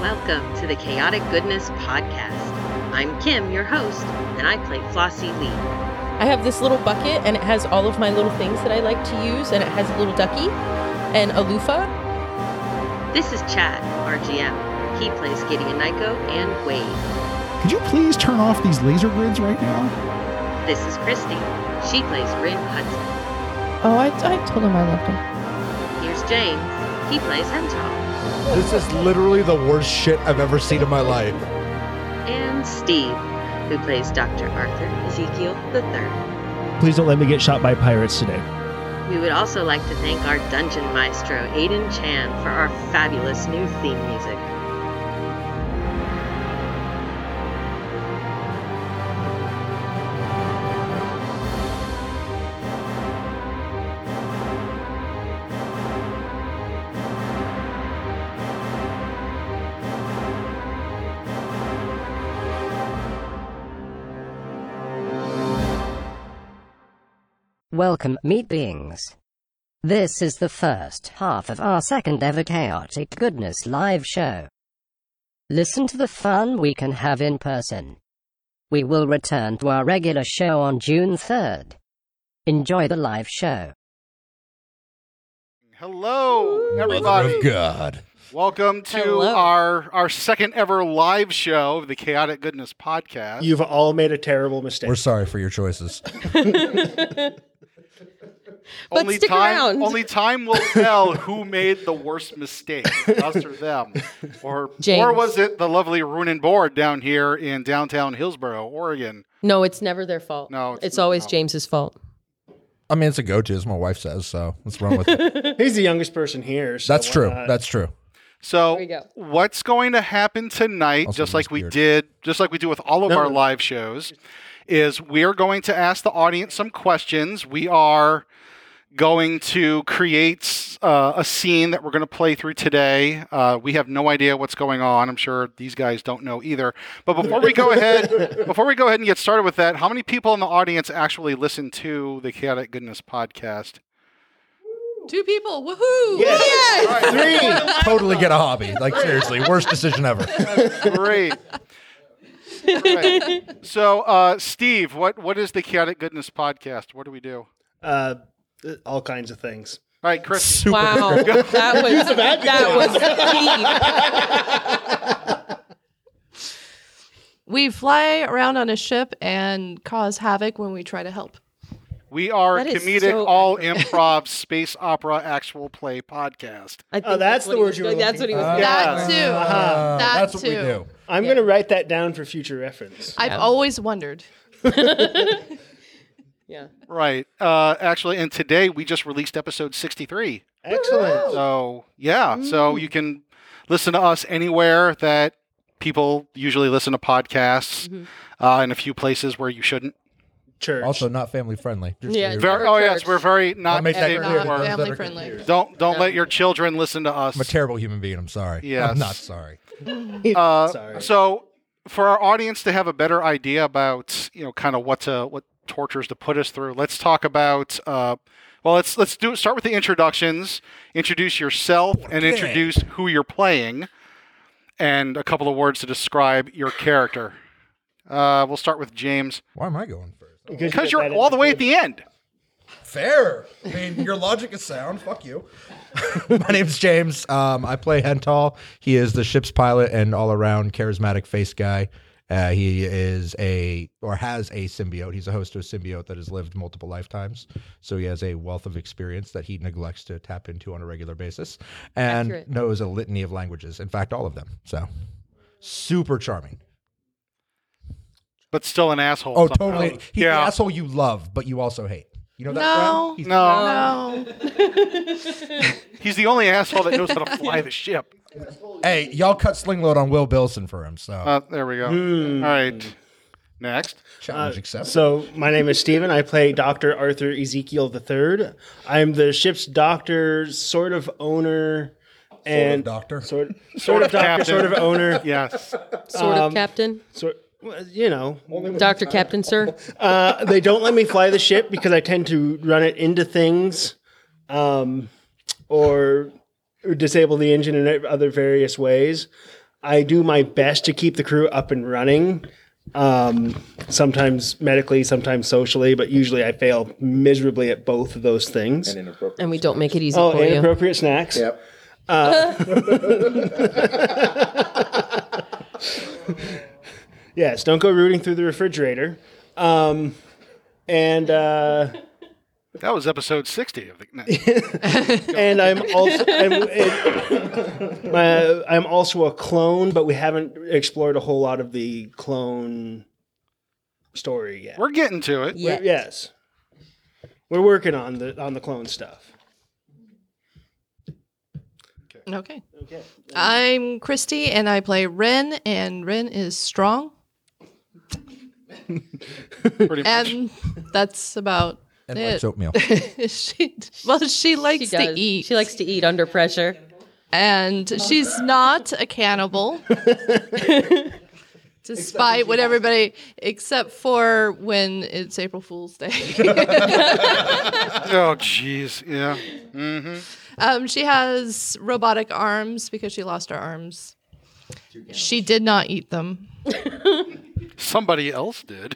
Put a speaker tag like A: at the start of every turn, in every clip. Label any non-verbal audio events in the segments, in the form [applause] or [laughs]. A: Welcome to the Chaotic Goodness Podcast. I'm Kim, your host, and I play Flossie Lee.
B: I have this little bucket and it has all of my little things that I like to use and it has a little ducky and a loofah.
A: This is Chad, our GM. He plays Gideon Nyko and Wade.
C: Could you please turn off these laser grids right now?
A: This is Christy. She plays Rin Hudson.
B: Oh, I, I told him I loved him.
A: Here's James. He plays Hemtall.
D: This is literally the worst shit I've ever seen in my life.
A: And Steve, who plays Dr. Arthur Ezekiel III.
E: Please don't let me get shot by pirates today.
A: We would also like to thank our dungeon maestro, Aidan Chan, for our fabulous new theme music.
F: Welcome, meat beings. This is the first half of our second ever Chaotic Goodness live show. Listen to the fun we can have in person. We will return to our regular show on June 3rd. Enjoy the live show.
G: Hello, everybody.
D: God.
G: Welcome to
B: Hello.
G: our our second ever live show of the Chaotic Goodness Podcast.
E: You've all made a terrible mistake.
D: We're sorry for your choices.
B: But stick
G: time,
B: around.
G: Only
B: [laughs]
G: time will tell who made the worst mistake, us or them, or
B: James.
G: or was it the lovely Runin Board down here in downtown Hillsboro, Oregon?
B: No, Oh, it's never their fault.
G: No,
B: it's,
G: it's
B: always
G: not.
B: James's fault.
D: I mean, it's a go-to, as my wife says. So what's wrong with
H: [laughs]
D: it?
E: He's the youngest person here. So
D: That's
E: why
D: true.
E: not?
D: That's true.
G: So,
B: we go.
G: what's going to happen tonight,
D: Also
G: just like we
D: weird.
G: did, just like we do with all of
E: No,
G: our
E: no, no.
G: live shows, is we're going to ask the audience some questions. We are going to create uh, a scene that we're going to play through today. Uh, we have no idea what's going on. I'm sure these guys don't know either. But before we go ahead, before we go ahead and get started with that, how many people in the audience actually listen to the Chaotic Goodness podcast?
B: Two people. Woohoo!
E: Yes.
B: Yay!
E: Three.
D: Totally get a hobby. Like seriously, worst decision
H: [laughs]
D: ever.
G: Great. Right. So, uh, Steve, what, what is the Chaotic Goodness podcast? What do we do?
E: Uh, all kinds of things.
G: All right, Chris.
D: Super.
B: Wow. That was that was deep.
H: We fly around on a ship and cause havoc when we try to help.
G: We are a
B: That is
G: comedic,
B: so
G: all improv, space opera, actual play podcast.
B: I think
E: Oh, that's the
B: what he
E: word
B: was
E: you were
B: doing. That's what he
E: looking
B: was
D: for.
B: doing.
H: That too.
D: Uh,
H: that
D: that's what we
H: too.
D: do.
E: I'm going to write that down for future reference.
H: I've always wondered.
B: yeah.
G: Right. Uh, actually, and today we just released episode 63.
E: Excellent.
G: So, yeah. So
B: Mm.
G: you can listen to us anywhere that people usually listen to podcasts
B: Mm-hmm.
G: uh, in a few places where you shouldn't.
E: Church.
D: Also, not family friendly. Just
B: Yeah,
D: so you're-
G: Very,
B: Or
G: oh, yes.
B: church.
G: We're very not
D: make that
G: safe
D: clear.
H: Not
D: Weird
G: for-
D: words that
H: family
D: are
H: friendly.
G: Don't don't let your children listen to us.
D: I'm a terrible human being. I'm sorry.
G: Yes.
D: I'm not sorry.
G: Uh,
E: Sorry.
G: So, for our audience to have a better idea about you know kind of what to what tortures to put us through, let's talk about. Uh, well, let's let's do start with the introductions. Introduce yourself and introduce who you're playing, and a couple of words to describe your character. Uh, we'll start with James
D: [laughs] Why am I going first?
G: because you're all the way at the end.
D: Fair. I mean, your logic is sound. Fuck you. [laughs] My name's James. Um, I play Hental. He is the ship's pilot and all around charismatic face guy. Uh, he is a or has a symbiote. He's a host of a symbiote that has lived multiple lifetimes, so he has a wealth of experience that he neglects to tap into on a regular basis, and
B: Accurate.
D: knows a litany of languages. In fact, all of them. So, super charming.
G: But still an asshole.
D: Oh,
G: somehow.
D: totally. He's
G: Yeah.
D: the asshole you love, but you also hate. You know that?
H: No.
D: friend? He's-
G: No,
H: No.
G: [laughs] he's the only asshole that knows how to fly the ship.
D: Hey, y'all cut slingload on Will Bilson for him. So
G: Uh, there we go. All right, next.
D: challenge accepted.
E: So my name is Steven. I play Dr. Arthur Ezekiel III. I'm the ship's doctor, sort of owner, and
G: [laughs]
D: doctor.
E: sort, sort of doctor,
G: captain.
E: sort of owner.
G: Yes.
B: Sort of captain.
E: Sort, Well, you know,
B: Doctor Captain Sir.
E: uh, they don't let me fly the ship because I tend to run it into things, um, or disable the engine in other various ways. I do my best to keep the crew up and running. Um, sometimes medically, sometimes socially, but usually I fail miserably at both of those things.
B: And we don't make it easy
E: Oh,
B: for you.
E: inappropriate snacks. Uh,
I: Yep.
E: [laughs] Yes, don't go rooting through the refrigerator. Um, and uh,
G: [laughs] That was episode 60 of the. no.
E: and I'm also I'm, it- my- I'm also a clone, but we haven't explored a whole lot of the clone story yet.
G: We're getting to it.
B: Yeah.
E: Yes, we're working on the on the clone stuff.
H: [laughs] Okay. I'm Christy, and I play Ren, and Ren is strong,
G: Pretty much.
H: and that's about
D: And
H: it.
B: [laughs]
D: likes oatmeal.
H: [laughs] she well, she likes
B: She
H: to
B: does.
H: eat.
B: She likes to eat under pressure.
H: and she's not a cannibal. [laughs] Despite what everybody, except for when it's April Fool's Day,
G: Oh, jeez. Yeah.
H: [laughs] um, she has robotic arms because she lost her arms. She did not eat them.
G: Somebody else did.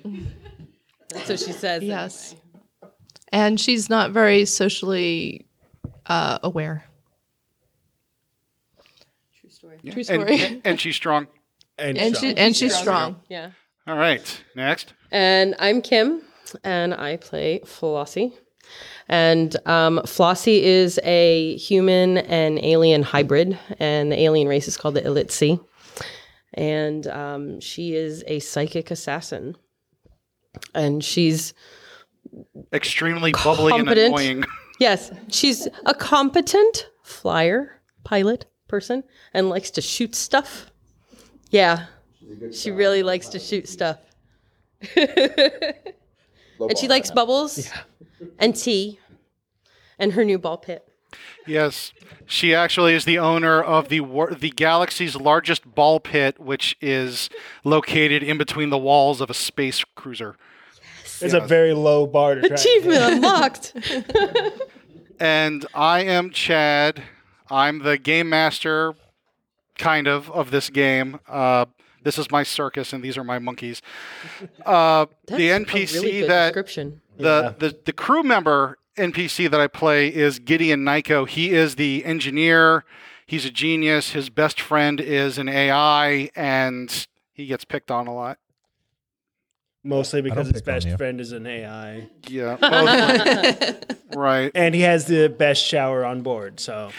B: That's what she says.
H: Yes, and she's not very socially uh, aware. True story.
G: And,
H: True story.
G: and- and she's strong.
H: and she and she's strong.
B: Yeah.
G: All right. Next.
B: And I'm Kim, and I play Flossie. And um, Flossie is a human and alien hybrid, and the alien race is called the Elitsi. And um, she is a psychic assassin. And she's,
G: Extremely bubbly
B: Competent.
G: and annoying.
B: yes, she's a competent flyer, pilot person, and likes to shoot stuff. Yeah, she really likes to shoot stuff. [laughs] And she likes bubbles and tea and her new ball pit.
G: Yes, she actually is the owner of the wor- the galaxy's largest ball pit, which is located in between the walls of a space cruiser.
E: It's a very low bar to
B: [laughs]
E: try.
B: Achievement unlocked.
G: And I am Chad. I'm the game master, kind of, of this game. Uh, this is my circus, and these are my monkeys. Uh, the NPC that
B: description.
G: the, the the crew member NPC that I play is Gideon Nyko. He is the engineer. He's a genius. His best friend is an AI, and he gets picked on a lot.
E: Mostly because
D: don't
E: his
D: pick on
E: best
D: you.
E: friend is an AI,
G: Yeah, mostly. right.
E: and he has the best shower on board. So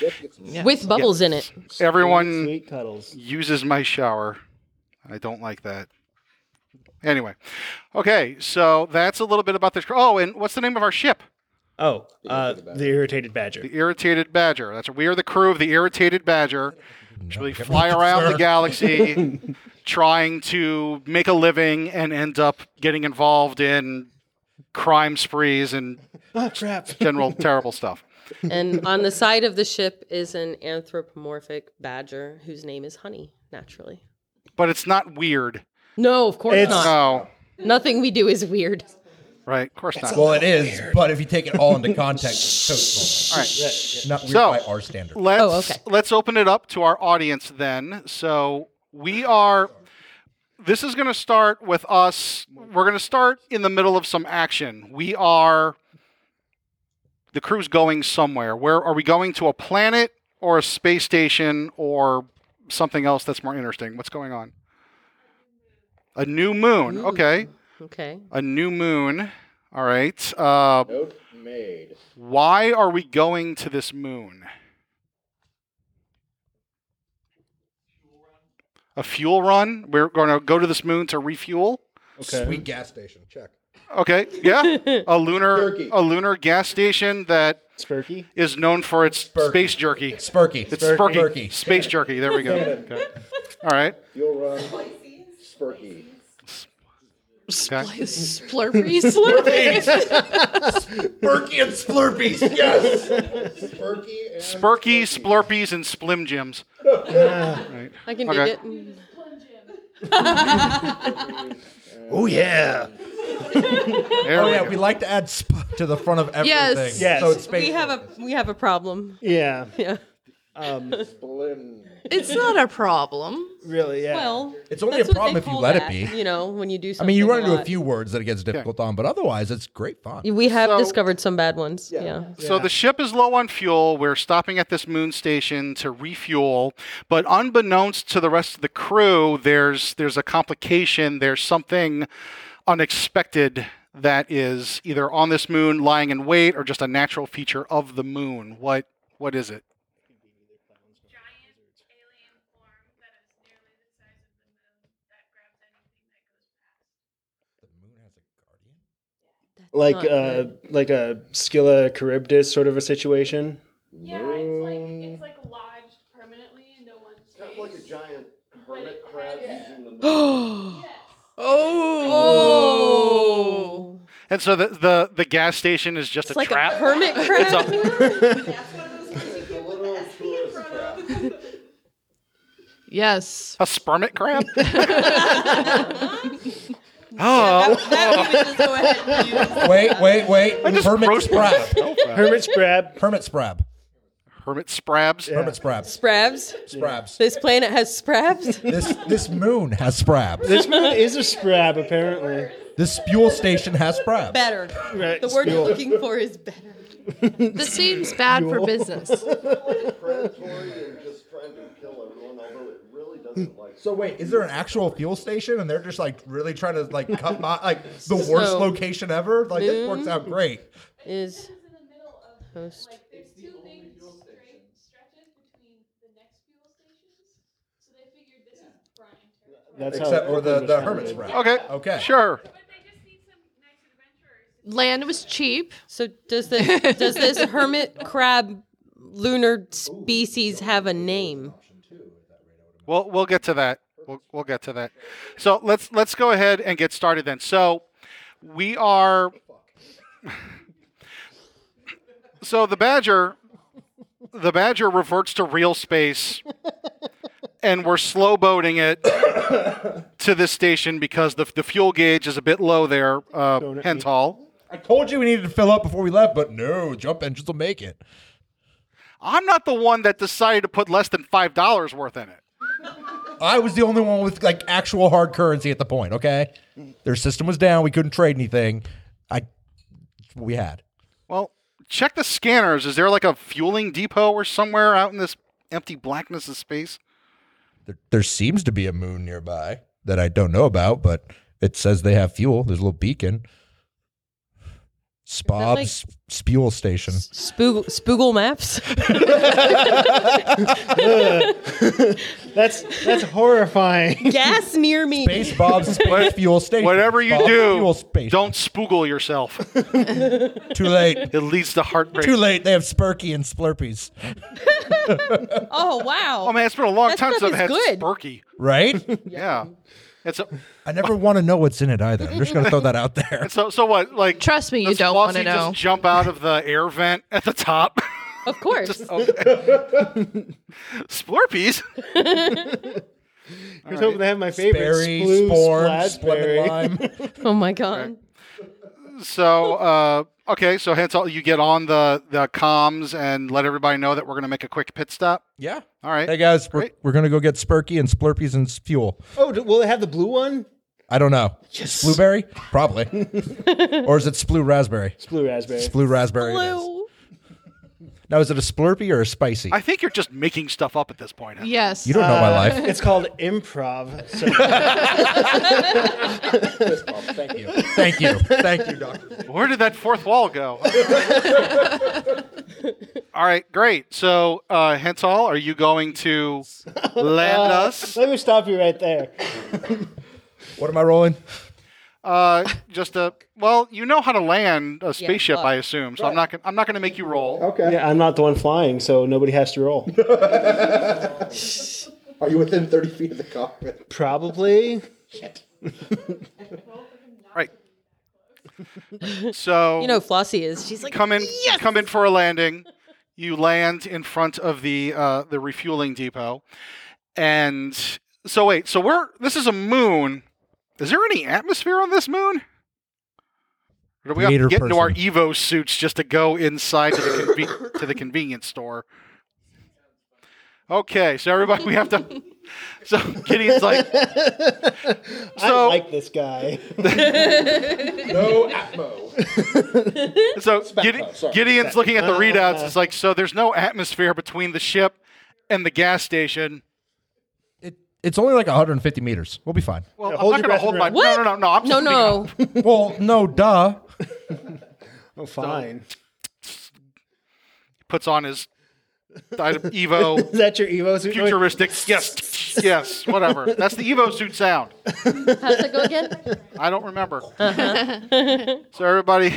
B: With bubbles in it.
G: Everyone
E: sweet cuddles.
G: uses my shower. I don't like that. Anyway, okay, so that's a little bit about this. Oh, and what's the name of our ship?
E: Oh, uh, the irritated badger.
G: The Irritated Badger. That's we are the crew of the Irritated Badger. Should we fly around the galaxy trying to make a living and end up getting involved in crime sprees and
E: Oh crap!
G: general terrible stuff?
B: And on the side of the ship is an anthropomorphic badger whose name is Honey, naturally.
G: But it's not weird.
B: No, of course
E: It's-
B: not.
G: No.
B: Nothing we do is weird.
G: Right, of course not.
D: Well, it is, but if you take it all into context, it's total. Not weird
G: So-
D: by our standard.
G: Let's
B: Oh, okay.
G: let's open it up to our audience then. So we are this is going to start with us. We're going to start in the middle of some action. We are the crew's going somewhere. Where are we going to a planet or a space station or something else that's more interesting? What's going on? A new moon. Okay.
B: Okay.
G: A new moon. All right. Uh,
I: Note made.
G: why are we going to this moon? A fuel run? We're going to go to this moon to refuel?
D: Sweet gas station. Check.
G: Okay,
I: [laughs]
G: yeah. A lunar
I: Jerky.
G: a lunar gas station that
E: [laughs] Spurky.
G: is known for its space jerky.
D: Spurky.
G: It's spurky.
D: Spurky.
G: Space jerky. There
I: [laughs]
G: we go. Okay. All right.
I: Fuel run. Spurky.
G: Okay.
B: [laughs]
H: Splurpees.
D: Spurky and Splurpies. Yes.
G: [laughs]
I: Spurky and
G: Spurky, Splurpies, and Splim Jims.
B: I can
G: Okay.
B: dig it.
E: Oh yeah.
G: There
D: Oh
G: we
D: yeah,
G: go.
D: we like to add sp [laughs] to the front of everything.
H: Yes.
E: Yes.
D: So it's space.
B: We have a we have a problem.
E: Yeah. [laughs]
B: Yeah.
E: Um,
I: Blim.
H: [laughs] It's not a problem.
E: really, yeah.
B: Well,
D: It's only
B: that's
D: a
B: what
D: problem
B: they
D: if you
B: call
D: let it
B: that,
D: be.
B: You know, when you do
D: I
B: something.
D: mean, you run
B: a
D: into a
B: lot.
D: few words that it gets difficult on, but otherwise, it's great fun.
B: We have
G: So-
B: discovered some bad ones. Yeah.
G: So the ship is low on fuel. We're stopping at this moon station to refuel, but unbeknownst to the rest of the crew, there's there's a complication. There's something unexpected that is either on this moon lying in wait or just a natural feature of the moon. What what is it?
E: like
B: Not
E: uh
B: good.
E: like a Scylla Charybdis sort of a situation.
J: Yeah, it's like it's like lodged permanently in no one's
I: That's
J: face.
I: like a giant hermit crab using the
H: Oh.
G: And so the the, the gas station is just
B: It's
G: a
B: like
G: trap.
B: a hermit crab.
H: Yes.
G: [laughs] a spermit crab?
D: [laughs]
G: oh,
D: [laughs]
B: That we could just go ahead and use.
D: wait, wait, wait. Hermit
G: roast
D: Sprab.
E: Hermit crab.
D: Hermit Sprab.
G: hermit sprabs.
D: Hermit Sprab.
B: Sprabs.
D: Sprabs.
B: This planet has
D: [laughs]
B: sprabs.
D: This this moon has Sprab.
E: This one is a scrab apparently.
D: This fuel station has Sprab.
B: better.
E: Right.
B: The word you're
E: Spiel.
B: looking for is better.
H: This seems bad for business.
I: predatory and just trying to kill everyone, although it really doesn't like.
D: So wait, is there an actual fuel station and they're just like really trying to like cut my like the worst
B: So-
D: location ever? Like this works out great.
B: Is
J: This is in the middle of
B: host.
J: like there's two things straight stretches between the next fuel stations. So they figured this is Brian territory.
E: That's how
D: Except for
E: Oakland
D: the,
E: was
D: the
E: founded.
D: hermit's route.
G: Okay.
D: Okay.
G: Sure.
J: But they just need some nice adventurers.
H: Land was cheap.
B: So does this does this hermit crab lunar species have a name?
G: We'll we'll get to that. We'll, we'll get to that. So let's let's go ahead and get started then. So we are. [laughs] so the badger, the badger reverts to real space, and we're slow boating it [coughs] to this station because the the fuel gauge is a bit low there. Uh, Henthal.
D: I told you we needed to fill up before we left, but no, jump engines will make it.
G: I'm not the one that decided to put less than five dollars worth in it.
D: I was the only one with like actual hard currency at the point. Okay, their system was down. We couldn't trade anything. I it's what we had.
G: Well, check the scanners. Is there like a fueling depot or somewhere out in this empty blackness of space?
D: There, there seems to be a moon nearby that I don't know about, but it says they have fuel. There's a little beacon. Spob's fuel station.
B: Spoog- Spoogle [laughs] maps.
E: That's that's [laughs] horrifying.
B: Gas near me.
D: Space Bob's space fuel station.
G: Whatever you
D: Bob's
G: do,
D: fuel station.
G: don't spoogle
D: [laughs]
G: yourself.
D: too
G: [laughs]
D: late.
G: it leads to heartbreak.
D: Too late. They have Spurky and Slurpees,
B: Oh wow.
G: Oh man, it's been a long
B: That
G: time since
B: stuff
G: I've
B: is
G: had
B: good.
G: Spurky.
D: right?
G: Yeah. It's a,
D: I never want to know what's in it either. I'm just gonna throw that
G: [laughs]
D: out there.
G: so so what like
H: Trust me, you
G: does
H: don't want to
G: Flossie
H: know.
G: Just jump out of the air vent at the top. [laughs]
B: Of course.
G: Splurpees.
E: I was hoping to have my favorite
D: Berry,
E: Sploo
D: Sporn,
E: Splatberry.
D: Splendid Lime.
G: [laughs]
B: oh my god.
G: So uh, okay, so Hansel, you get on the the comms and let everybody know that we're gonna make a quick pit stop.
D: Yeah.
G: All right.
D: Hey guys, we're,
G: Great.
D: we're gonna go get Spurky and Splurpies and s- fuel.
E: Oh, d- will it have the blue one?
D: I don't know. Blueberry, probably, [laughs] or is it Splue raspberry?
E: It's blue raspberry.
D: Splue raspberry. it is.
B: Blue.
D: Now is it a Splurpy or a spicy?
G: I think you're just making stuff up at this point. Hansel.
H: Yes.
D: you don't know my life.
E: It's called improv. So [laughs]
D: Thank you. Thank you. Thank you, doctor.
G: Where did that fourth wall go? All right, great. So, uh, Hensal, are you going to land
B: Uh,
G: us?
E: let me stop you right there.
D: What am I rolling?
G: Uh, just a well, you know how to land a spaceship,
B: fuck.
G: I assume. So I'm not gonna, I'm not going to make you roll.
I: Okay.
E: Yeah, I'm not the one flying, so nobody has
I: [laughs]
E: to roll.
I: Are you within 30 feet of the cockpit?
E: Probably.
G: Right.
B: [laughs]
G: So
B: You know Flossie is. She's like
G: come in, come in for a landing. You land in front of the uh, the refueling depot, and So wait, so we're this is a moon. Is there any atmosphere on this moon? Or do we have
D: Creator
G: to get into our
D: person.
G: Evo suits just to go inside to the conve- to the convenience store? Okay, so everybody, we have to. So Kitty's like,
E: I
G: So-
E: like this [laughs] guy.
I: No Atmo.
G: so Gide- Gideon's looking at the readouts. It's like, so there's no atmosphere between the ship and the gas station.
D: It, it's only like 150 meters. We'll be fine.
G: Well,
E: hold
G: I'm not going
E: your breath
G: to hold
E: and
G: my.
E: remember.
G: No, no, no, no. I'm
B: No,
G: just
B: no.
D: well, no, duh.
E: Oh, fine.
G: Puts on his
E: [laughs]
G: Evo
E: Is that your Evo suit?
G: futuristic. Yes, yes, whatever. That's the Evo suit sound.
B: How's it go again?
G: I don't remember. [laughs] so everybody,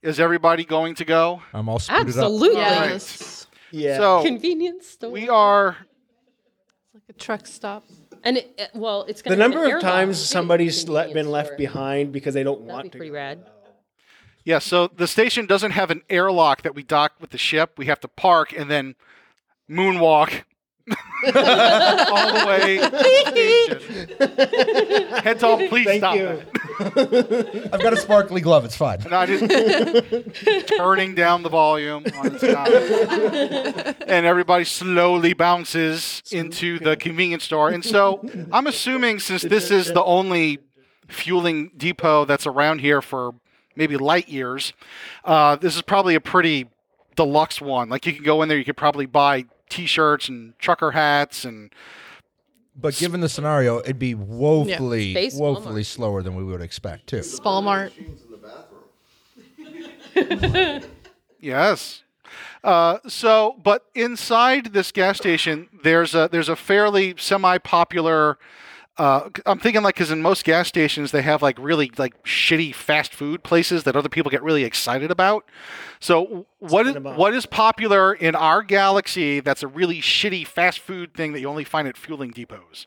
G: is everybody going to go?
D: I'm all screwed up.
B: Absolutely.
H: Yes.
E: Yeah.
B: [laughs]
G: So
B: Convenience store.
G: we are.
H: Like a truck stop.
B: and it, it- well, it's
E: the
B: gonna
E: number
B: be an
E: of
B: airlock.
E: times
B: It's gonna
E: somebody's
B: be a
E: le- been
B: convenience
E: left
B: store.
E: behind because they don't
B: That'd
E: want
B: be
E: to.
B: pretty rad.
G: Yeah. So the station doesn't have an airlock that we dock with the ship. We have to park and then moonwalk. [laughs] all the way to the station. [laughs] Head tall, please
E: Thank
G: stop.
E: you.
D: I've got a sparkly glove. It's fine.
G: And I just [laughs] turning down the volume on his guy. and everybody slowly bounces into the convenience store. And so I'm assuming since this is the only fueling depot that's around here for maybe light years, uh, this is probably a pretty deluxe one. Like you can go in there, you could probably buy t-shirts and trucker hats and
D: But given the scenario, it'd be woefully,
B: Space
D: woefully
B: Walmart.
D: slower than we would expect, too.
H: [laughs] Spalmart.
I: Machines in the bathroom.
G: Yes. Uh, so, but inside this gas station, there's a there's a fairly semi-popular. Uh, I'm thinking like because in most gas stations they have like really like shitty fast food places that other people get really excited about. So what is what is popular in our galaxy that's a really shitty fast food thing that you only find at fueling depots?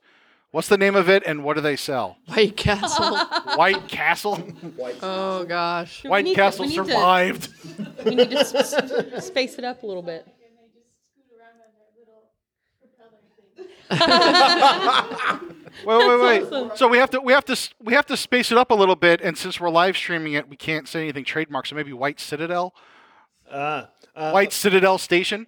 G: What's the name of it and what do
B: [laughs]
G: they sell?
H: White Castle.
G: White Castle.
H: oh gosh.
B: We
G: White
B: need to-
G: Castle
B: we need to-
G: survived.
B: We need to s- s- space it up a little bit.
J: And they just scoot around on that little propeller thing.
G: Wait, wait, wait. So we have to we have to s- we have to space it up a little bit, and since we're live streaming it, we can't say anything trademark. So maybe White Citadel,
E: Uh, uh,
G: White Citadel Station.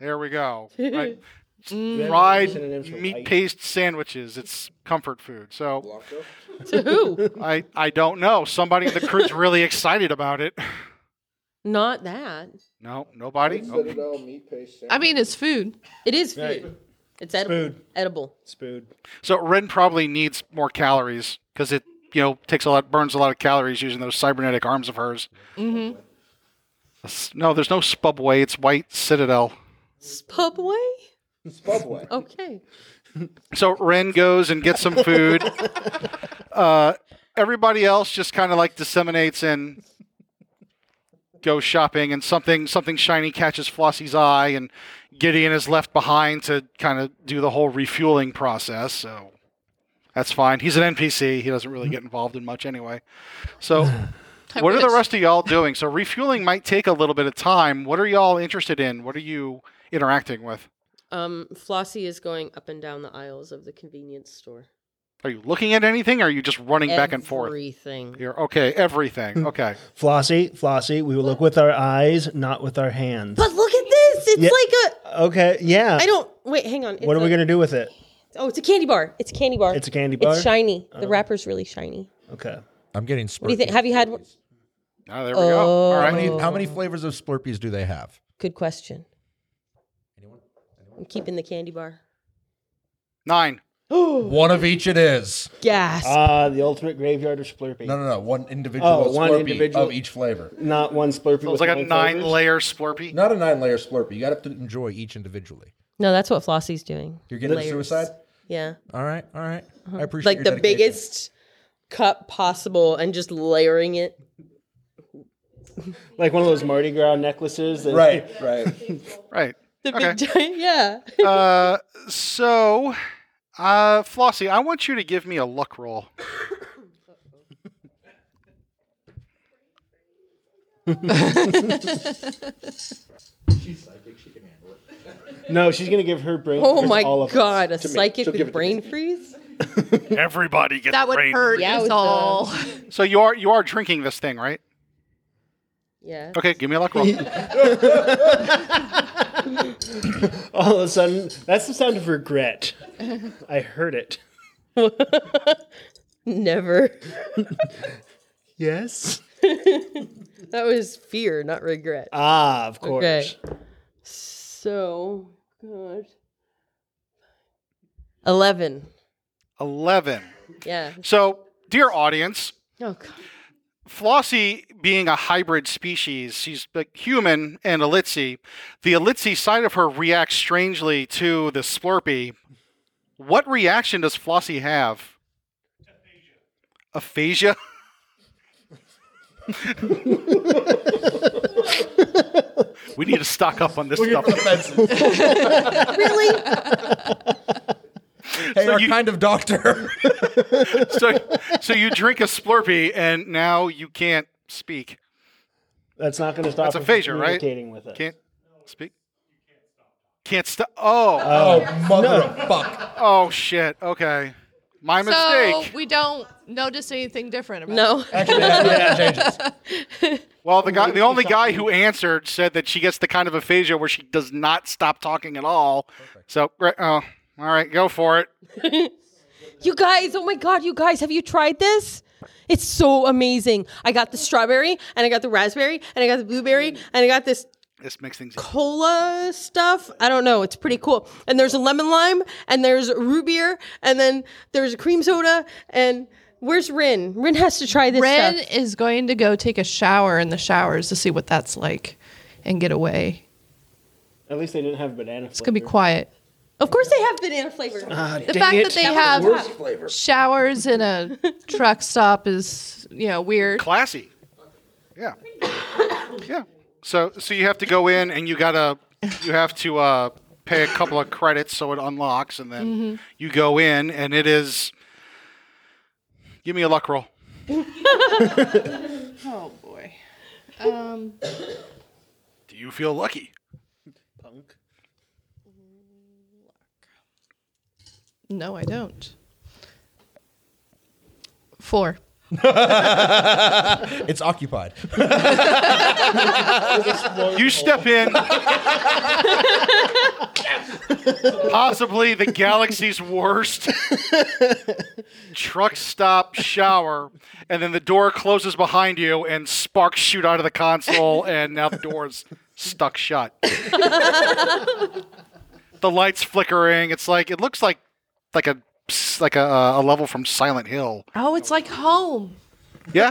G: There we go. Right. Fried
E: synonyms for
G: meat
E: white.
G: paste sandwiches. It's comfort food. So
B: To who?
G: I, I don't know. Somebody in the crew's really excited about it. [laughs]
B: Not that.
G: No, nobody. Oh,
I: Citadel meat paste sandwich.
H: I mean, it's food.
B: It is food.
E: Right.
B: It's edible.
E: food.
B: Edible.
E: It's food.
G: So Ren probably needs more calories because it you know takes a lot burns a lot of calories using those cybernetic arms of hers. Mm-hmm. No, there's no Spubway. It's White Citadel.
B: Subway.
I: Spubway.
B: [laughs] Okay.
G: So Ren goes and gets some food. uh, everybody else just kind of like disseminates and goes shopping, and something something shiny catches Flossie's eye, and Gideon is left behind to kind of do the whole refueling process. So that's fine. He's an NPC. He doesn't really get involved in much anyway. So. What are the
H: wish.
G: rest of y'all doing? So refueling might take a little bit of time. What are y'all interested in? What are you interacting with?
B: Um, Flossie is going up and down the aisles of the convenience store.
G: Are you looking at anything? Or are you just running back and forth?
B: Everything.
G: Here. Okay, everything. Okay.
E: Flossie, Flossie, we will look with our eyes, not with our hands.
B: But look at this. It's
E: Yeah.
B: like a.
E: Okay, yeah.
B: I don't. Wait, hang on. It's
E: what are we
B: a-
E: going to do with it?
B: Oh, it's a candy bar. It's a candy bar.
E: It's a candy bar? Oh.
B: It's shiny. The wrapper's really shiny.
E: Okay.
D: I'm getting
B: What do you
D: splurpy.
B: think? Have you had? one-
G: Oh, there we go. All
D: How
G: right.
D: many, how many flavors of Slurpees do they have?
B: Good question. I'm keeping the candy bar.
G: Nine.
D: One of each it is.
B: Gasp.
E: Ah, the ultimate graveyard of Slurpee.
D: No, no, no. One individual
E: Oh, one
D: Slurpee
E: individual.
D: of each flavor.
E: Not one Slurpee.
G: It
E: with
G: was like a
E: nine
G: nine
E: flavors.
G: layer Slurpee.
D: Not a nine layer Slurpee. You got to have to enjoy each individually.
B: no, that's what Flossie's doing.
D: You're getting
B: Layers.
D: suicide?
B: Yeah.
D: All right, all right. I appreciate
B: Like
D: your
B: the
D: dedication.
B: biggest cup possible and just layering it.
E: Like one of those Mardi Gras necklaces. That,
D: Right, right.
G: Right.
B: The
G: Okay.
B: big giant. [laughs] Yeah.
G: Uh, so, uh, Flossie, I want you to give me a luck roll.
E: No, she's gonna give her brain.
B: Oh
E: to
B: my
E: all of us.
B: god, a
I: To me.
B: psychic
I: She'll give it
B: with
I: to
B: brain
I: me.
B: freeze?
G: Everybody gets
H: That would
G: brain-
H: hurt
B: Yeah,
H: us
B: with the-
H: all.
G: So you are you are drinking this thing, right?
B: Yeah.
G: Okay, give me a luck [laughs] roll.
E: All of a sudden, that's the sound
B: [laughs]
E: of regret. I heard it.
B: Never.
E: [laughs] Yes.
B: [laughs] That was fear, not regret.
E: Ah, of course.
B: Okay. So good. Eleven.
G: Eleven.
B: Yeah.
G: So, dear audience,
B: Oh god.
G: Flossie being a hybrid species, she's like human and Elitzy. The Elitzy side of her reacts strangely to the Slurpee. What reaction does Flossie have? Aphasia. [laughs] we need to stock up on this stuff.
D: Hey, our
G: you-
D: kind of doctor.
G: so, so you drink a Slurpee and now you can't speak.
E: That's not going to stop.
G: That's
E: her from
G: aphasia, right?
E: communicating with us.
G: Can't speak. Can't stop. Oh,
D: oh, mother of fuck.
G: oh shit. Okay, my
H: So
G: mistake.
H: we don't notice anything different about
B: No.
D: Actually, that, that changes.
G: Well, the guy, the only guy who answered, said that she gets the kind of aphasia where she does not stop talking at all. So, right, oh, all right, go for it.
B: You guys, oh my god, you guys, have you tried this? It's so amazing. I got the strawberry and I got the raspberry and I got the blueberry and I got this
G: This makes things.
B: cola stuff. I don't know. It's pretty cool. And there's a lemon lime, and there's root beer, and then there's a cream soda. And where's Rin? Rin has to try this
H: Ren
B: stuff.
H: is going to go take a shower in the showers to see what that's like and get away.
E: At least they didn't have banana.
H: It's going to be quiet.
B: Of course, they have banana flavor.
H: The fact that they
I: Worst
H: have
I: flavor.
H: showers in a truck stop is, you know, weird.
G: classy. Yeah. yeah. So so you have to go in and you gotta you have to uh, pay a couple of credits so it unlocks and then
H: Mm-hmm.
G: you go in and it is give me a luck roll.
H: Oh, boy. Um,
G: Do you feel lucky?
E: punk.
H: no, I don't. Four.
D: It's occupied.
G: You step in possibly the galaxy's worst truck stop shower and then the door closes behind you and sparks shoot out of the console and now the door's stuck shut. the lights flickering. It's like it looks like like a like a, a level from Silent Hill.
H: Oh, it's like home.
G: Yeah.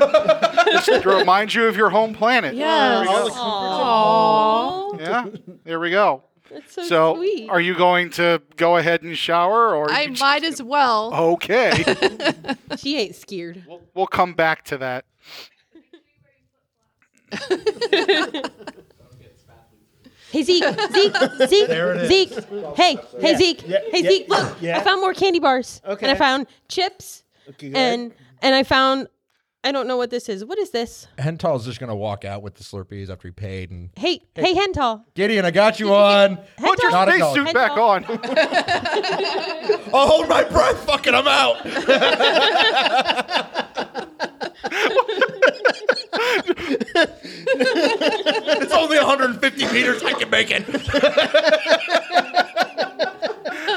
G: Just to remind you of your home planet.
H: Yes.
E: [laughs]
G: Yeah. There we go.
B: That's so,
G: So,
B: sweet.
G: are you going to go ahead and shower, or
H: I
G: you Oh. just-
H: might as well.
G: [laughs] Okay,
B: she ain't scared.
G: we'll, we'll come back to that.
B: Hey
E: [laughs]
B: Zeke, Zeke, Zeke, Zeke. Hey, hey Zeke,
E: yeah,
B: hey
E: yeah,
B: Zeke. Look,
E: yeah.
B: I found more candy bars,
E: Okay.
B: and I found chips,
E: Okay, good.
B: and and I found I don't know what this is. What is this?
D: Hental's just gonna walk out with the Slurpees after he paid and
B: Hey, hey, Hental.
D: Gideon, I got you on.
G: Put your
D: Not
G: spacesuit
D: acknowledged.
G: back
B: Hello.
G: on.
D: I'll hold my breath. Fucking, I'm out. it's only 150 meters. I can make it.
G: [laughs]
B: [laughs]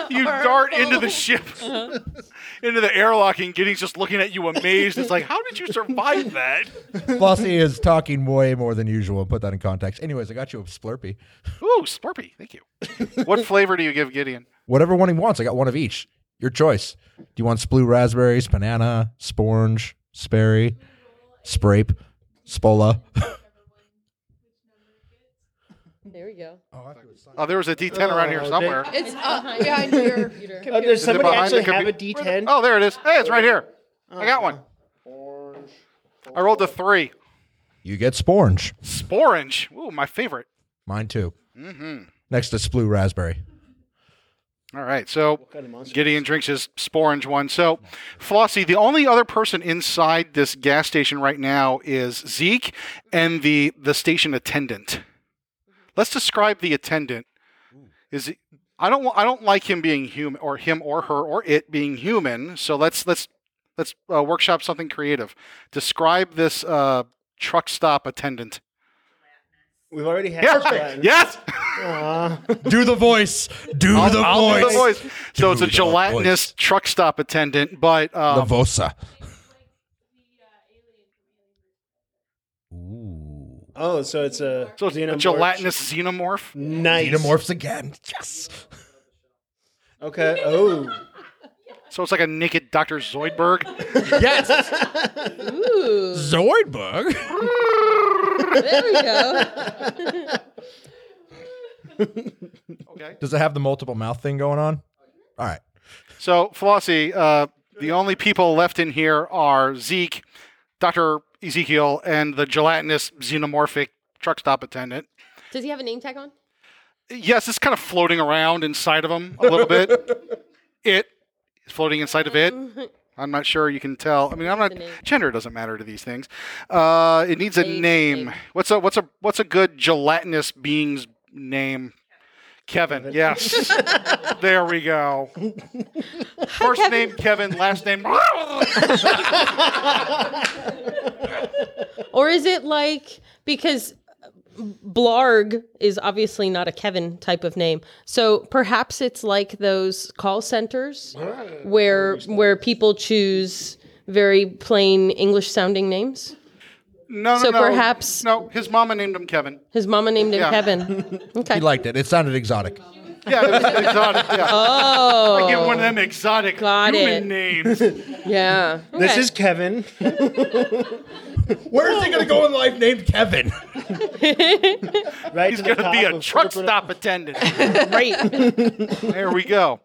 G: You dart into the ship,
B: Uh-huh.
G: [laughs] into the airlock, and Gideon's just looking at you amazed. It's like, how did
B: [laughs]
G: you survive that?
D: Flossie is talking way more than usual. Put that in context. Anyways, I got you a Slurpee.
G: Ooh, Slurpee, thank you. What flavor do you give Gideon?
D: Whatever one he wants, I got one of each. Your choice. Do you want splue raspberries, banana, sporange, sperry, sprape, spola? [laughs]
B: There we go.
G: Oh, there was a D10 around here
E: Oh,
G: somewhere.
H: It's uh, behind your
E: Oh,
H: computer.
E: does somebody
G: behind the
E: actually have a Uh,
G: computer?
E: D10?
G: Oh, there it is. Hey, it's right here. I got one.
I: Orange.
G: I rolled a three.
D: You get sporange.
G: Sporange. Ooh, my favorite.
D: Mine too. Mm-hmm. Next to splue raspberry.
G: All right, so
E: kind of monster
G: Gideon drinks his sporange one. So, Flossie, the only other person inside this gas station right now is Zeke and the the station attendant. Let's describe the attendant. Is he, I don't wa- I don't like him being human or him or her or it being human. So let's let's let's uh, workshop something creative. Describe this uh, truck stop attendant.
E: We've already had
G: Yeah,
E: this
G: right.
E: one.
G: yes.
E: Aw.
D: Do the voice. Do the
G: I'll
D: voice.
G: do the voice. So it's a
D: the
G: gelatinous
D: voice.
G: truck stop attendant, but um,
D: The vosa.
E: Oh, so it's a
G: so it's a
E: xenomorph.
G: gelatinous xenomorph.
E: Nice.
D: Xenomorphs again. Yes.
E: Okay. Oh.
G: So it's like a naked Dr. Zoidberg.
D: Yes.
B: Ooh,
D: Zoidberg.
B: there we go.
G: Okay.
D: Does it have the multiple mouth thing going on? All right.
G: So Flossie, uh, the only people left in here are Zeke, Dr. Ezekiel, and the gelatinous xenomorphic truck stop attendant.
B: Does he have a name tag on?
G: Yes, it's kind of floating around inside of him a
B: [laughs]
G: little bit. It is floating inside of it. I'm not sure you can tell. I mean, I'm not
B: The name.
G: gender doesn't matter to these things. Uh, it needs a
B: Name,
G: name.
B: name.
G: What's a what's a what's a good gelatinous being's name? Kevin. Yes. there we go. First name Kevin,
B: [laughs]
G: last name.
B: Or is it like because Blarg is obviously not a Kevin type of name, so perhaps it's like those call centers where where people choose very plain English sounding names.
G: no, no,
B: So
G: no.
B: perhaps-
G: no. His mama named him Kevin.
B: His mama named him
G: Yeah.
E: [laughs]
B: Kevin. Okay.
D: He liked it. It sounded exotic.
G: Yeah, it was exotic. Yeah. I
B: [laughs]
G: give
B: oh,
G: one of them exotic
B: Got
G: human
B: it. [laughs]
G: names.
B: yeah.
E: This
B: Okay.
E: is Kevin. [laughs]
D: Where is he going to go in life named Kevin?
E: Right
G: He's
E: to the
G: gonna be
E: top
G: a
E: of
G: truck
E: flipping-
G: stop attendant.
B: [laughs] great.
G: There we go.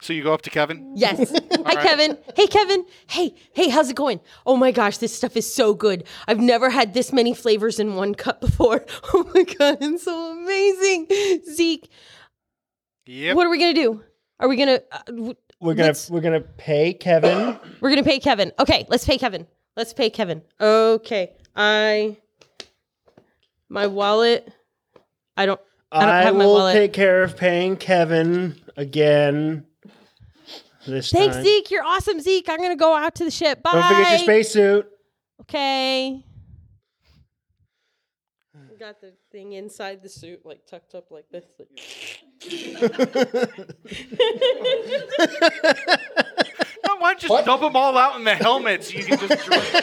G: So you go up to Kevin.
E: [laughs]
B: Yes. Hi, Kevin. Hey, Kevin. Hey, hey, how's it going? Oh my gosh, this stuff is so good. I've never had this many flavors in one cup [laughs] before. Oh my God, it's so amazing. Zeke,
G: Yep.
B: what are we going to do? Are we going to, uh, w-
E: We're gonna
B: Let's-
E: we're gonna pay Kevin.
B: we're going to pay Kevin. Okay, let's pay Kevin. Let's pay Kevin. Okay. I, my wallet, I don't, I don't
E: I,
B: have my
E: will
B: wallet.
E: take care of paying Kevin again. This
B: Thanks,
E: time.
B: Zeke. You're awesome, Zeke. I'm going to go out to the ship. Bye.
E: Don't forget your spacesuit.
B: Okay. Got the thing inside the suit, like tucked up like this.
G: No, why don't you just dump them all out in the helmet so you can
B: [laughs]
G: just dr-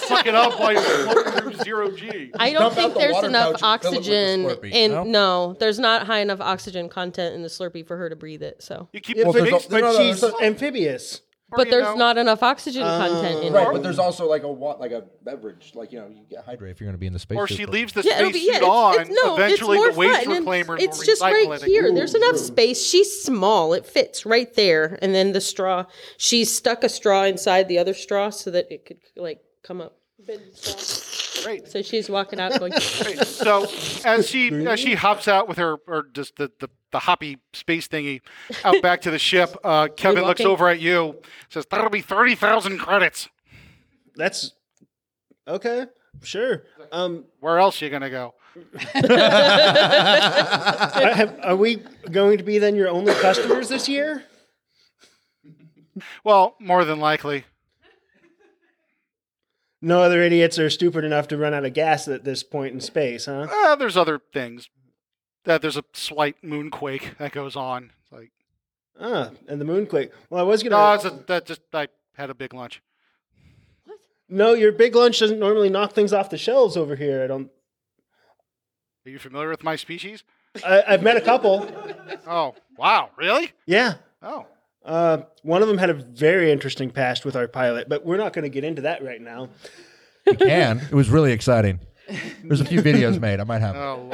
G: suck it up while you're floating through zero G?
B: I don't
D: Dump out
B: think
D: the
B: there's
D: water
B: enough
D: pouch and fill it with the
B: oxygen
D: Slurpee,
B: in.
D: no?
B: No? there's not high enough oxygen content in the Slurpee for her to breathe it. So,
G: You keep
D: Well,
E: but,
D: there's al-
E: but
G: Oh,
D: no, no,
E: she's
D: there's al-
E: amphibious.
B: but
G: you
B: there's
G: know-
B: not enough oxygen content in
D: Right,
B: it.
D: but there's also like a wa- like a beverage, like you know, you get hydrated if you're going to be in the space.
G: or she leaves the
B: Yeah, it'll be-
G: spacesuit
B: yeah, it's-
G: on.
B: it's- no,
G: Eventually,
B: it's more
G: the waste
B: fun, and
G: reclaimers
B: It's
G: will
B: just
G: recycle
B: right
G: it.
B: here. There's enough space. She's small. It fits right there. And then the straw. She stuck a straw inside the other straw so that it could like come up.
G: Great.
B: So she's walking out
G: [laughs]
B: going.
G: Great. So as she as she hops out with her or just the, the, the hoppy space thingy out back to the ship, uh, Kevin looks
B: walking?
G: over at you, says, "That'll be thirty thousand credits.
E: That's okay. Sure. Um,
G: Where else you gonna go?"
E: I have, are we going to be then your only customers this year?
G: Well, more than likely.
E: No other idiots are stupid enough to run out of gas at this point in space, huh?
G: Uh, there's other things. Uh, there's a slight moonquake that goes on. It's like,
E: Ah, and the moonquake. Well, I was gonna.
G: no, it's a, that just I had a big lunch.
E: no, your big lunch doesn't normally knock things off the shelves over here. I don't.
G: Are you familiar with my species?
E: I, I've met a couple.
G: Oh, wow, really?
E: Yeah.
G: Oh,
E: Uh, one of them had a very interesting past with our pilot, but we're not going to get into that right now.
D: and it was really exciting. There's a
G: [laughs]
D: few videos made. I might have. them.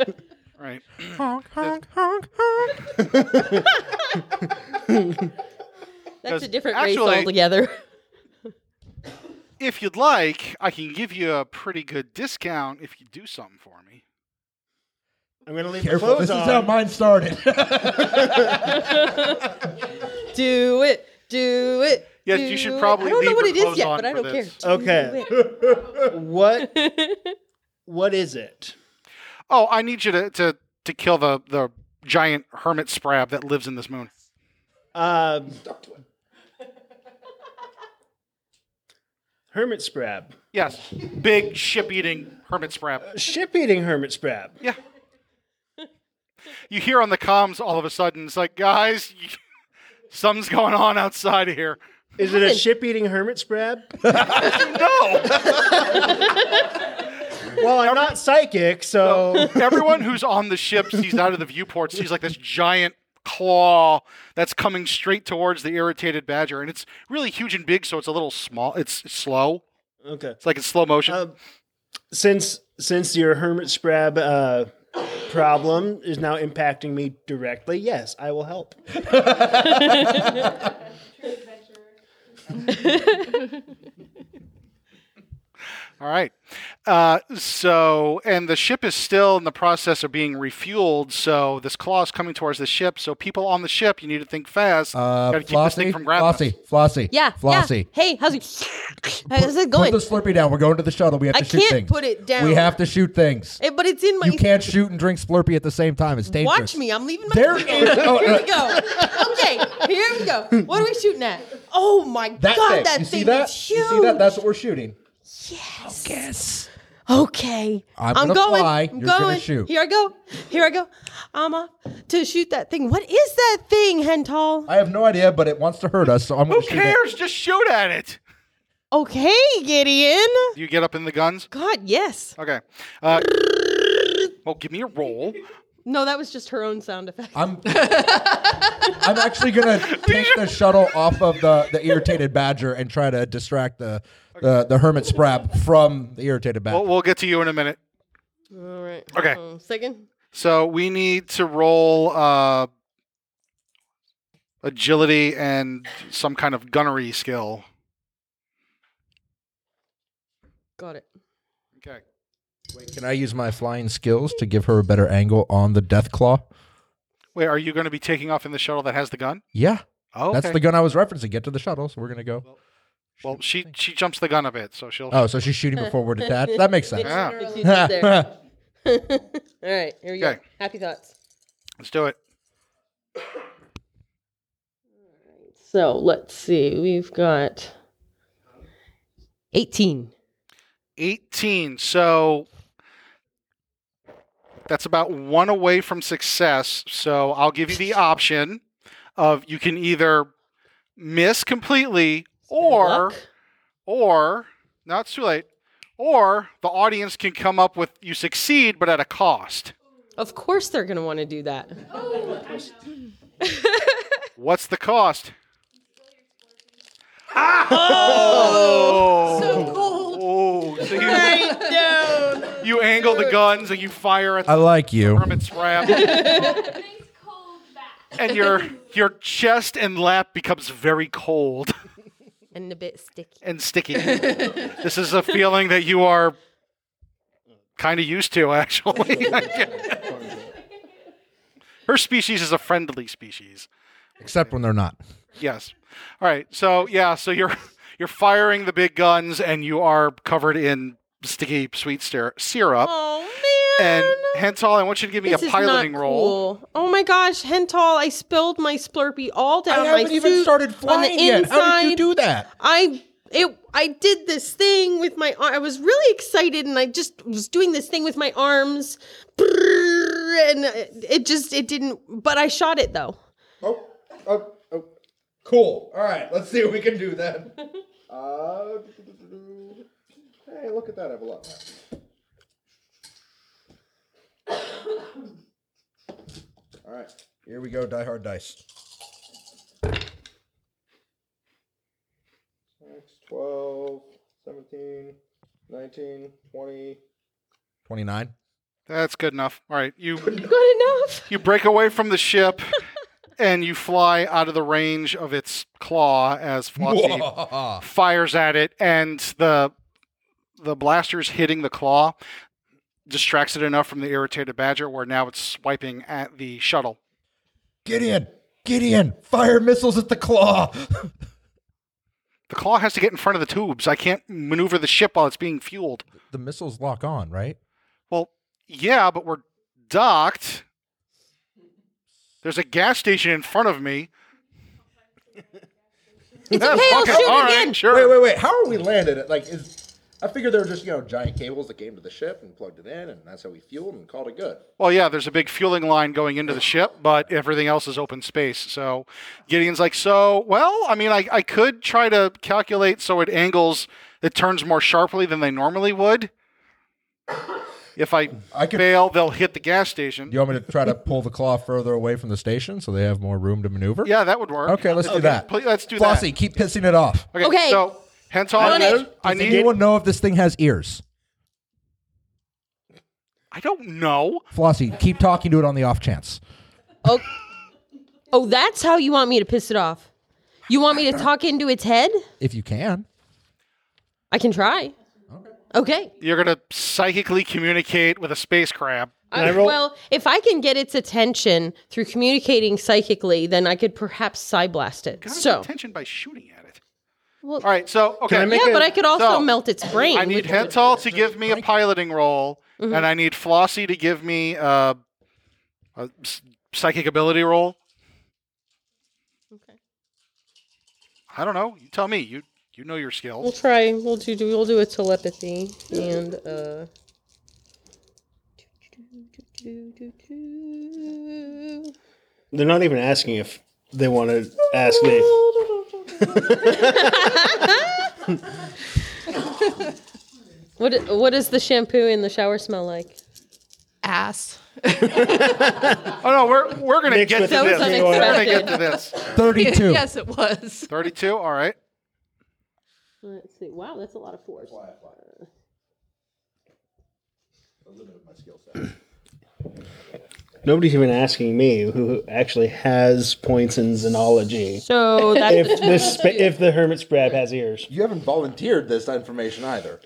G: oh. Lord. right.
B: That's a
G: Because
B: different
G: actually-
B: race altogether. [laughs]
G: If you'd like, I can give you a pretty good discount if you do something for me.
E: I'm going to leave my
D: Careful.
E: clothes
D: This is
E: on.
D: how mine started.
B: do it. Do it.
G: Yes,
B: do
G: you should
B: it.
G: probably
B: I don't know
G: leave
B: what
G: your
B: it is
G: clothes
B: yet,
G: on
B: but I
G: for
B: don't
G: this.
B: care. Do
E: Okay.
B: it.
E: [laughs] what? What is it?
G: Oh, I need you to, to to kill the the giant hermit sprab that lives in this moon?
E: Um, hermit Sprab.
G: Yes, big ship eating hermit sprab.
E: Ship eating Hermit Sprab.
G: Yeah. You hear on the comms all of a sudden, it's like, guys, [laughs] something's going on outside of
D: [laughs]
G: here.
E: Is it a ship eating Hermit Sprab?
G: No!
E: [laughs] Well, I'm not psychic, so.
G: Everyone who's on the ship sees out of the viewport sees like this giant claw that's coming straight towards the irritated badger, and it's really huge and big, so it's a little small. It's slow.
E: Okay.
G: It's like it's slow motion.
E: Um, since since your hermit sprab uh, problem is now impacting me directly, yes, I will help.
G: All right. Uh, so, and the ship is still in the process of being refueled. So this claw is coming towards the ship. So people on the ship, you need to think fast.
D: Uh,
G: Gotta keep this
D: Flossie,
G: thing from grabbing.
D: Flossie,
G: us.
D: Flossie,
B: Yeah.
D: Flossie.
B: Yeah. Hey, how's it? [laughs] How's it
D: Put
B: going?
D: the Slurpee down. We're going to the shuttle. We have
B: I
D: to shoot
B: can't
D: things.
B: put it down.
D: We have to shoot things.
B: Eh, but it's in my.
D: You can't shoot and drink Slurpee at the same time. It's dangerous.
B: Watch me. I'm leaving my.
D: There
B: phone.
D: is- oh,
B: here
D: uh,
B: we go. Okay. Here we go. What are we shooting at? Oh my
D: That
B: god,
D: thing.
B: that
D: you
B: thing
D: see that?
B: is huge.
D: You see that? That's what we're shooting.
B: Okay.
D: I'm
B: I'm
D: gonna
B: going.
D: fly,
B: I'm
D: you're gonna
B: going.
D: shoot.
B: Here I go. Here I go. I'm off to shoot that thing. What is that thing, Hental?
D: I have no idea, but it wants to hurt us, so I'm going
G: Who
D: to shoot it.
G: cares? Just shoot at it.
B: Okay, Gideon.
G: Do you get up in the guns?
B: God, yes.
G: Okay. Uh, well, give me a roll.
B: No, that was just her own sound effect. [laughs]
D: I'm. I'm actually gonna take the shuttle off of the, the irritated badger and try to distract the the, the hermit sprab from the irritated badger.
G: We'll, we'll get to you in a minute.
B: All right.
G: Okay.
B: Uh, second.
G: So we need to roll uh, agility and some kind of gunnery skill.
B: Got it.
G: Okay.
D: Wait, can I use my flying skills to give her a better angle on the death claw?
G: Wait, are you going to be taking off in the shuttle that has the gun?
D: Yeah,
G: Oh,
D: that's the gun I was referencing. Get to the shuttle, so we're gonna go.
G: Well, she she jumps the gun a bit, so she'll.
D: Oh, so she's shooting before we're detached. That makes [laughs] sense.
G: Yeah.
B: Did you get
D: [laughs]
B: there? [laughs] All right. Here we go.
G: Okay.
B: Happy thoughts.
G: Let's do it.
B: So let's see. We've got 18.
G: 18. So that's about one away from success. So I'll give you the option of you can either miss completely or
B: Luck.
G: or no, it's too late. Or the audience can come up with you succeed, but at a cost.
B: Of course they're going to want to do that.
G: What's the cost? Oh, so cold. Oh, so you,
B: no.
G: you angle the guns and you fire at the
D: I like you.
G: hermit sprab,
J: Things cold back.
G: and your your chest and lap becomes very cold
B: And a bit sticky.
G: and
B: [laughs]
G: sticky. this is a feeling that you are kind of used to, actually. [laughs] Her species is a friendly species.
D: Except when they're not.
G: Yes. All right. So yeah. So you're you're firing the big guns, and you are covered in sticky sweet stir- syrup.
B: Oh, man.
G: And Hental, I want you to give me
B: This
G: a
B: is not
G: piloting roll.
B: cool. Oh my gosh, Hental, I spilled my Splurpee all down
D: I
B: my
D: haven't even
B: suit,
D: started
B: on
D: flying
B: the
D: yet.
B: Inside.
D: How did you do that?
B: I it I did this thing with my ar- I was really excited and I just was doing this thing with my arms Brrrr, and it just it didn't but I shot it though.
D: Oh, oh, oh. Cool. All right, let's see what we can do [laughs] then.
I: Uh, hey, look at that. I have a lot.
D: [coughs] All right, here we go. Die hard dice.
I: 12, 17, 19, 20.
D: Twenty nine.
G: That's good enough. All right. You
B: [laughs] Good enough.
G: you break away from the ship, and you fly out of the range of its claw as Flossie fires at it, and the the blaster's hitting the claw distracts it enough from the irritated badger, where now it's swiping at the shuttle.
D: Gideon, Gideon, fire missiles at the claw. [laughs]
G: The claw has to get in front of the tubes. I can't maneuver the ship while it's being fueled.
D: the missiles lock on, right?
G: Well, yeah, but we're docked There's a gas station in front of me.
B: [laughs] It's
G: Yeah,
B: pale
G: fuck it.
B: shit
G: All right,
B: again.
G: sure.
D: Wait, wait, wait. How are we landed? At, like, is I figured there were just you know giant cables that came to the ship and plugged it in, and that's how we fueled and called it good.
G: Well, yeah, there's a big fueling line going into the ship, but everything else is open space. So Gideon's like, so, well, I mean, I, I could try to calculate so it angles, it turns more sharply than they normally would. If I,
D: I could-
G: fail, they'll hit the gas station.
D: You want me to try to pull the claw further away from the station so they have more room to maneuver?
G: Yeah, that would work.
D: Okay, let's do that.
G: Please, let's do
D: Flossie, keep pissing it off.
G: that.
B: Okay.
G: So, Henton,
B: On it.
G: I
D: Does
G: need.
D: anyone know if this thing has ears?
G: I don't know.
D: Flossie, keep talking to it on the off chance.
B: Oh, oh, that's how you want me to piss it off. You want me to talk into its head?
D: If you can.
B: I can try. Okay.
G: You're gonna psychically communicate with a space crab.
E: I
B: I,
E: roll-
B: well, if I can get its attention through communicating psychically, then I could perhaps psi blast it.
G: Gotta pay
B: So,
G: attention by shooting at it.
B: Well-
G: All right, so okay.
E: Can I make
B: yeah, but I could also
G: So,
B: melt its brain.
G: I need
B: with-
G: Hental to give me a piloting roll,
B: Mm-hmm.
G: and I need Flossie to give me uh, a s- psychic ability roll.
B: Okay.
G: I don't know. You tell me. You you know your
B: We'll
G: skills.
B: try. We'll do. We'll do a telepathy and. uh
E: They're not even asking if they want to ask me.
B: What What does the shampoo in the shower smell like?
H: Ass.
G: Oh no, we're we're gonna
E: Mixed
G: get to
E: with
B: That was
G: this.
E: Disney
G: We're
E: oil.
G: gonna
B: unexpected.
G: get to this.
D: 32.
H: yes, it was.
G: Thirty-two. All right.
B: Let's see. Wow, that's a lot of fours.
E: Nobody's even asking me who actually has points in xenology.
B: [laughs] So
E: If
B: that
E: the spa- if the hermit crab has ears,
D: You haven't volunteered this information either.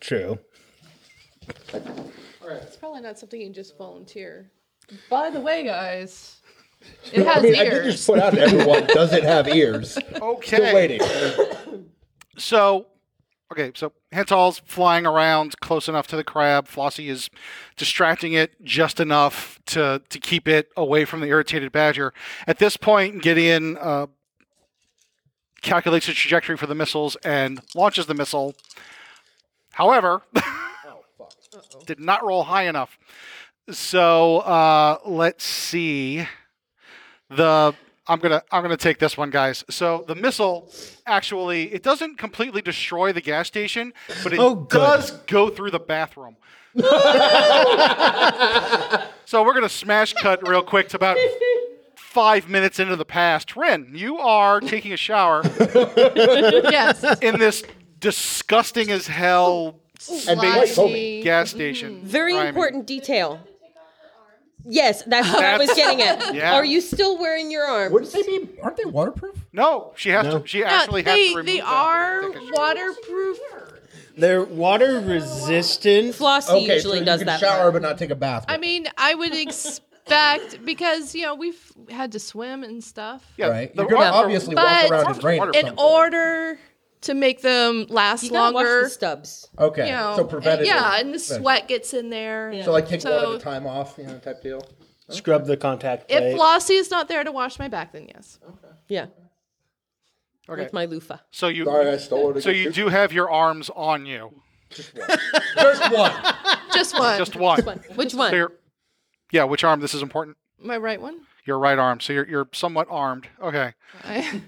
E: true.
H: It's probably not something you can just volunteer. By the way, guys, it has ears.
D: put out to everyone, does it have ears?
G: Okay. So, okay, so Hental's flying around close enough to the crab. Flossie is distracting it just enough to to keep it away from the irritated badger. At this point, Gideon uh, calculates the trajectory for the missiles and launches the missile.
E: [laughs]
G: However,
E: Oh,
G: did not roll high enough. So uh, let's see. The I'm gonna I'm gonna take this one, guys. So the missile actually it doesn't completely destroy the gas station, but it
E: Oh, good.
G: does go through the
E: [laughs]
G: bathroom. so we're gonna smash cut real quick to about five minutes into the past. Ren, you are taking a shower
H: yes.
G: in this disgusting as hell
D: And being
H: Slimy.
D: homey.
G: gas station.
B: very
G: Grimy.
B: important detail. Yes, that's what I was getting at.
G: yeah.
B: Are you still wearing your arm?
D: Wouldn't they be, aren't they waterproof?
G: No, she has
E: No.
G: to. She
H: Yeah,
G: actually has
H: they
G: to remove
H: they
G: that.
H: are
G: Take a shower.
H: waterproof.
E: They're water resistant.
B: Flossie usually does that.
D: shower but not take a bath.
H: I mean, I would expect because you know we've had to swim and stuff.
G: Yeah,
D: right?
G: the
D: You're going to
G: water-
D: obviously walk
H: But-
D: around in rain. at
H: In
D: some point.
H: order to make them last
B: You gotta wash
H: longer,
B: the stubs.
D: Okay.
H: you know,
D: so preventative.
H: yeah, and the sweat gets in there.
D: So like take one at a
H: So-
D: time off, you know, type deal.
E: Scrub the contact
H: If
E: plate.
H: Flossie is not there to wash my back, then
B: [laughs]
H: yes.
B: Yeah.
G: Okay.
B: With my loofah.
G: So you,
D: Sorry, I stole it.
G: so you do have your arms on you.
D: Just one.
H: Uh, Just one.
G: Just one.
B: [laughs] Which
G: So
B: one?
G: you're, yeah, which arm? This is important.
H: my right one.
G: Your right arm. So you're you're somewhat armed. Okay.
B: [laughs]
H: I-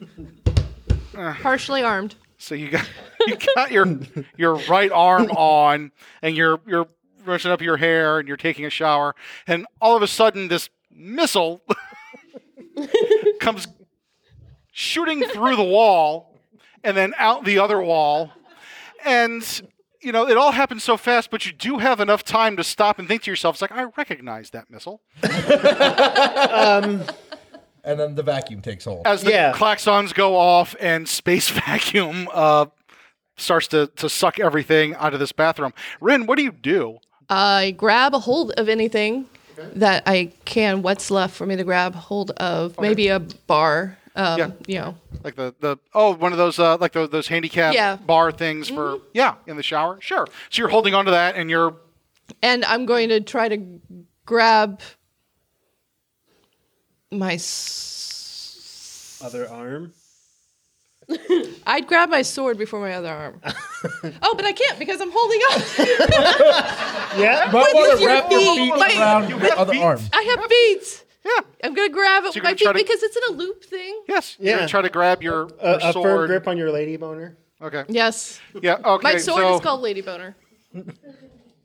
H: [laughs] partially armed.
G: So you got [laughs] you got your your right arm on, and you're you're brushing up your hair, and you're taking a shower, and all of a sudden this missile [laughs] comes shooting through the wall, and then out the other wall, and you know it all happens so fast, but you do have enough time to stop and think to yourself, it's like I recognize that missile.
D: And then the vacuum takes hold.
G: as the
E: Yeah.
G: claxons go off and space [laughs] vacuum uh, starts to, to suck everything out of this bathroom. Rin, what do you do?
H: I grab a hold of anything that I can. What's left for me to grab hold of? Maybe a bar. Um,
G: Yeah.
H: You know.
G: Like the, the oh one of those uh, like those those handicap
H: Yeah. Mm-hmm.
G: bar things for yeah in the shower sure so you're holding onto that and you're
H: And I'm going to try to grab my. S-
E: Other arm.
H: I'd grab my sword before my other arm. oh, but I can't because I'm holding up.
E: Yeah.
D: But while the
H: your
D: wrap your
H: feet.
D: feet
H: Wait.
D: around your other arm.
H: I have feet.
G: Yeah.
H: I'm gonna grab it
G: So
H: with
G: you're
H: my
G: gonna try
H: feet
G: to-
H: because it's in a loop thing.
G: Yes. You're
E: Yeah.
G: gonna try to grab your,
E: A,
G: your
E: a firm
G: sword.
E: grip on your lady boner.
G: Okay.
H: Yes,
G: Yeah. Okay.
H: my sword
G: so,
H: is called Lady Boner.
G: and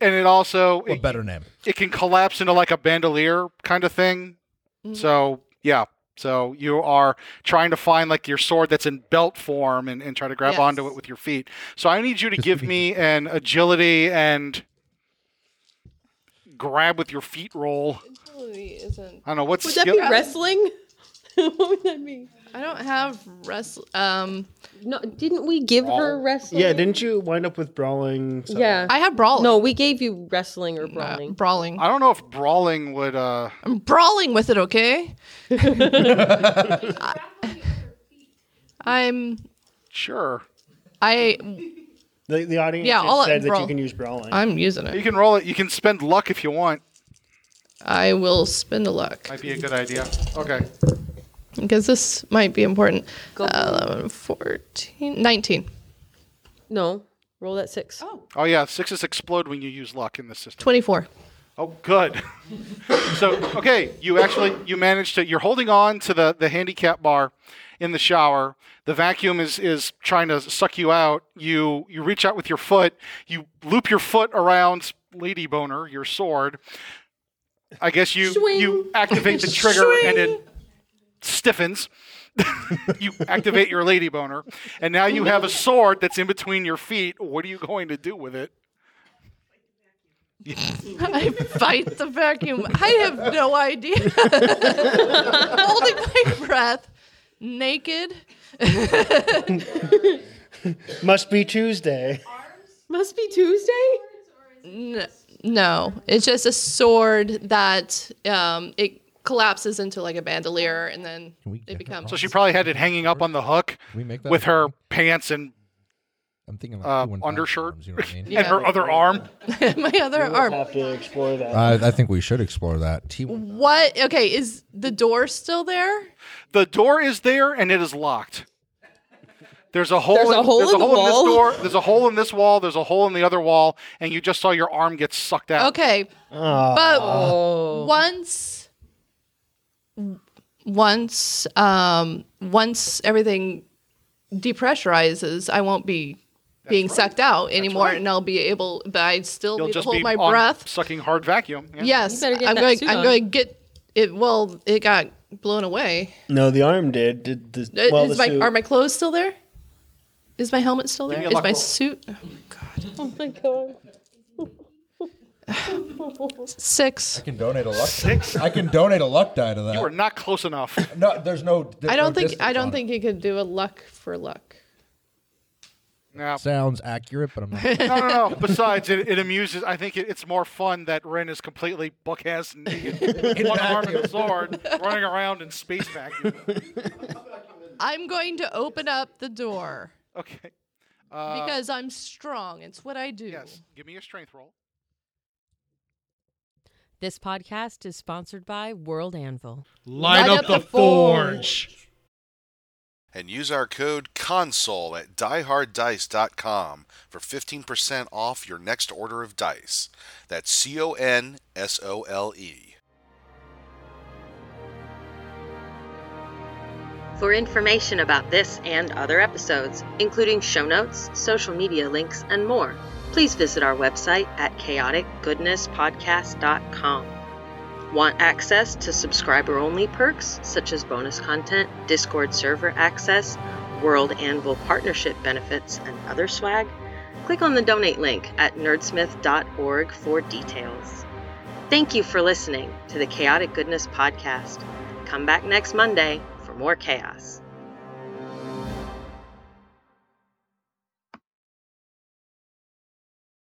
G: it also
D: A
G: it,
D: better name.
G: it can collapse into like a bandolier kind of thing.
B: Mm-hmm.
G: So yeah. So you are trying to find like your sword that's in belt form and, and try to grab
H: Yes.
G: onto it with your feet. So I need you to give me an agility and grab with your feet roll.
H: Agility isn't.
G: I don't know what's
B: Would that be wrestling? [laughs] what would that be?
H: I don't have wrestle. Um,
B: No, didn't we give her wrestling?
E: Yeah. Didn't you wind up with brawling? something?
B: Yeah.
H: I have brawling.
B: no, we gave you wrestling or
H: Uh,
B: brawling.
H: brawling.
G: I don't know if brawling would uh
H: I'm brawling with
G: [laughs]
H: it. Okay. I'm.
G: sure.
H: I.
E: The, the audience
H: Yeah,
E: just
H: I'll let
E: said that
H: brawl.
E: you can use brawling.
H: I'm using
G: You
H: it.
G: can roll it. You can spend luck if you want.
H: I will spin the luck
G: Might be a good idea. Okay.
H: because this might be important. Uh, 11, 14, 19,
B: No, roll that six. Oh.
G: Oh yeah, sixes explode when you use luck in this system.
H: 24.
G: Oh, good. [laughs] so, okay, you actually you managed to. You're holding on to the the handicap bar in the shower. The vacuum is is trying to suck you out. You you reach out with your foot. You loop your foot around Lady Boner, your sword. I guess you you activate the trigger and it stiffens. [laughs] you activate your lady boner, and now you have a sword that's in between your feet. What are you going to do with it?
H: I fight the vacuum. I have no idea. [laughs] Holding my breath, naked.
E: Must be Tuesday. [laughs]
B: Must be Tuesday?
H: N- no, it's just a sword that um, it collapses into like a bandolier and then
D: we
H: it
D: get
H: becomes.
G: So she probably had it hanging up on the hook
D: we make that
G: with
D: a-
G: her pants and,
D: I'm thinking like
G: uh,
D: 215
G: undershirt.
D: arms, you know what I mean?
H: Yeah.
G: and her other arm.
H: [laughs] my other arm.
E: Have to explore that.
D: I, I think we should explore that. T-
H: What? Okay, is the door still there?
G: The door is there and it is locked. There's a hole.
B: There's
G: in,
B: a hole
G: there's
B: in
G: a
B: the
G: hole in this
B: wall?
G: door. There's a hole in this wall. There's a hole in the other wall, and you just saw your arm get sucked out.
H: Okay, but
G: Oh.
H: once, once, um, once everything depressurizes, I won't be being sucked out anymore, and I'll be able. But I'd still
G: You'll
H: be able to
G: just
H: hold
G: be
H: my
G: on
H: breath.
G: sucking hard vacuum. Yeah.
H: Yes,
B: better get
H: I'm
B: that
H: going.
B: suit
H: I'm
B: on.
H: going to get it. Well, it got blown away.
E: No, the arm did. Did the,
H: Uh,
E: well,
H: is
E: the
H: my,
E: suit.
H: are my clothes still there? Is my helmet still there?
G: me a
H: Is
G: luck
H: my
G: roll.
H: suit? Oh my god.
B: Oh my god. [laughs]
H: Six.
D: I can donate a luck. I can donate a luck die to that.
G: You are not close enough.
D: no, there's no. there's
H: I
D: no
H: don't think.
D: distance
H: I
D: on
H: don't
D: it.
H: think you could do a luck for luck.
G: No,
D: Sounds accurate, but I'm not.
G: no, no. no. Besides, it, it amuses. I think it, it's more fun that Ren is completely buck ass naked, one arm and a sword, running around in space vacuum.
H: I'm going to open up the door
G: Okay.
H: because I'm strong. It's what I do.
G: Yes. Give me a strength roll.
K: This podcast is sponsored by World Anvil.
H: Light up the forge.
L: and use our code CONSOLE at dieharddice.com for 15% off your next order of dice. That's C O N S O L E.
A: For information about this and other episodes, including show notes, social media links, and more, please visit our website at chaoticgoodnesspodcast.com. Want access to subscriber only perks such as bonus content, Discord server access, World Anvil partnership benefits, and other swag? Click on the donate link at nerdsmith.org for details. Thank you for listening to the Chaotic Goodness Podcast. Come back next Monday for more chaos.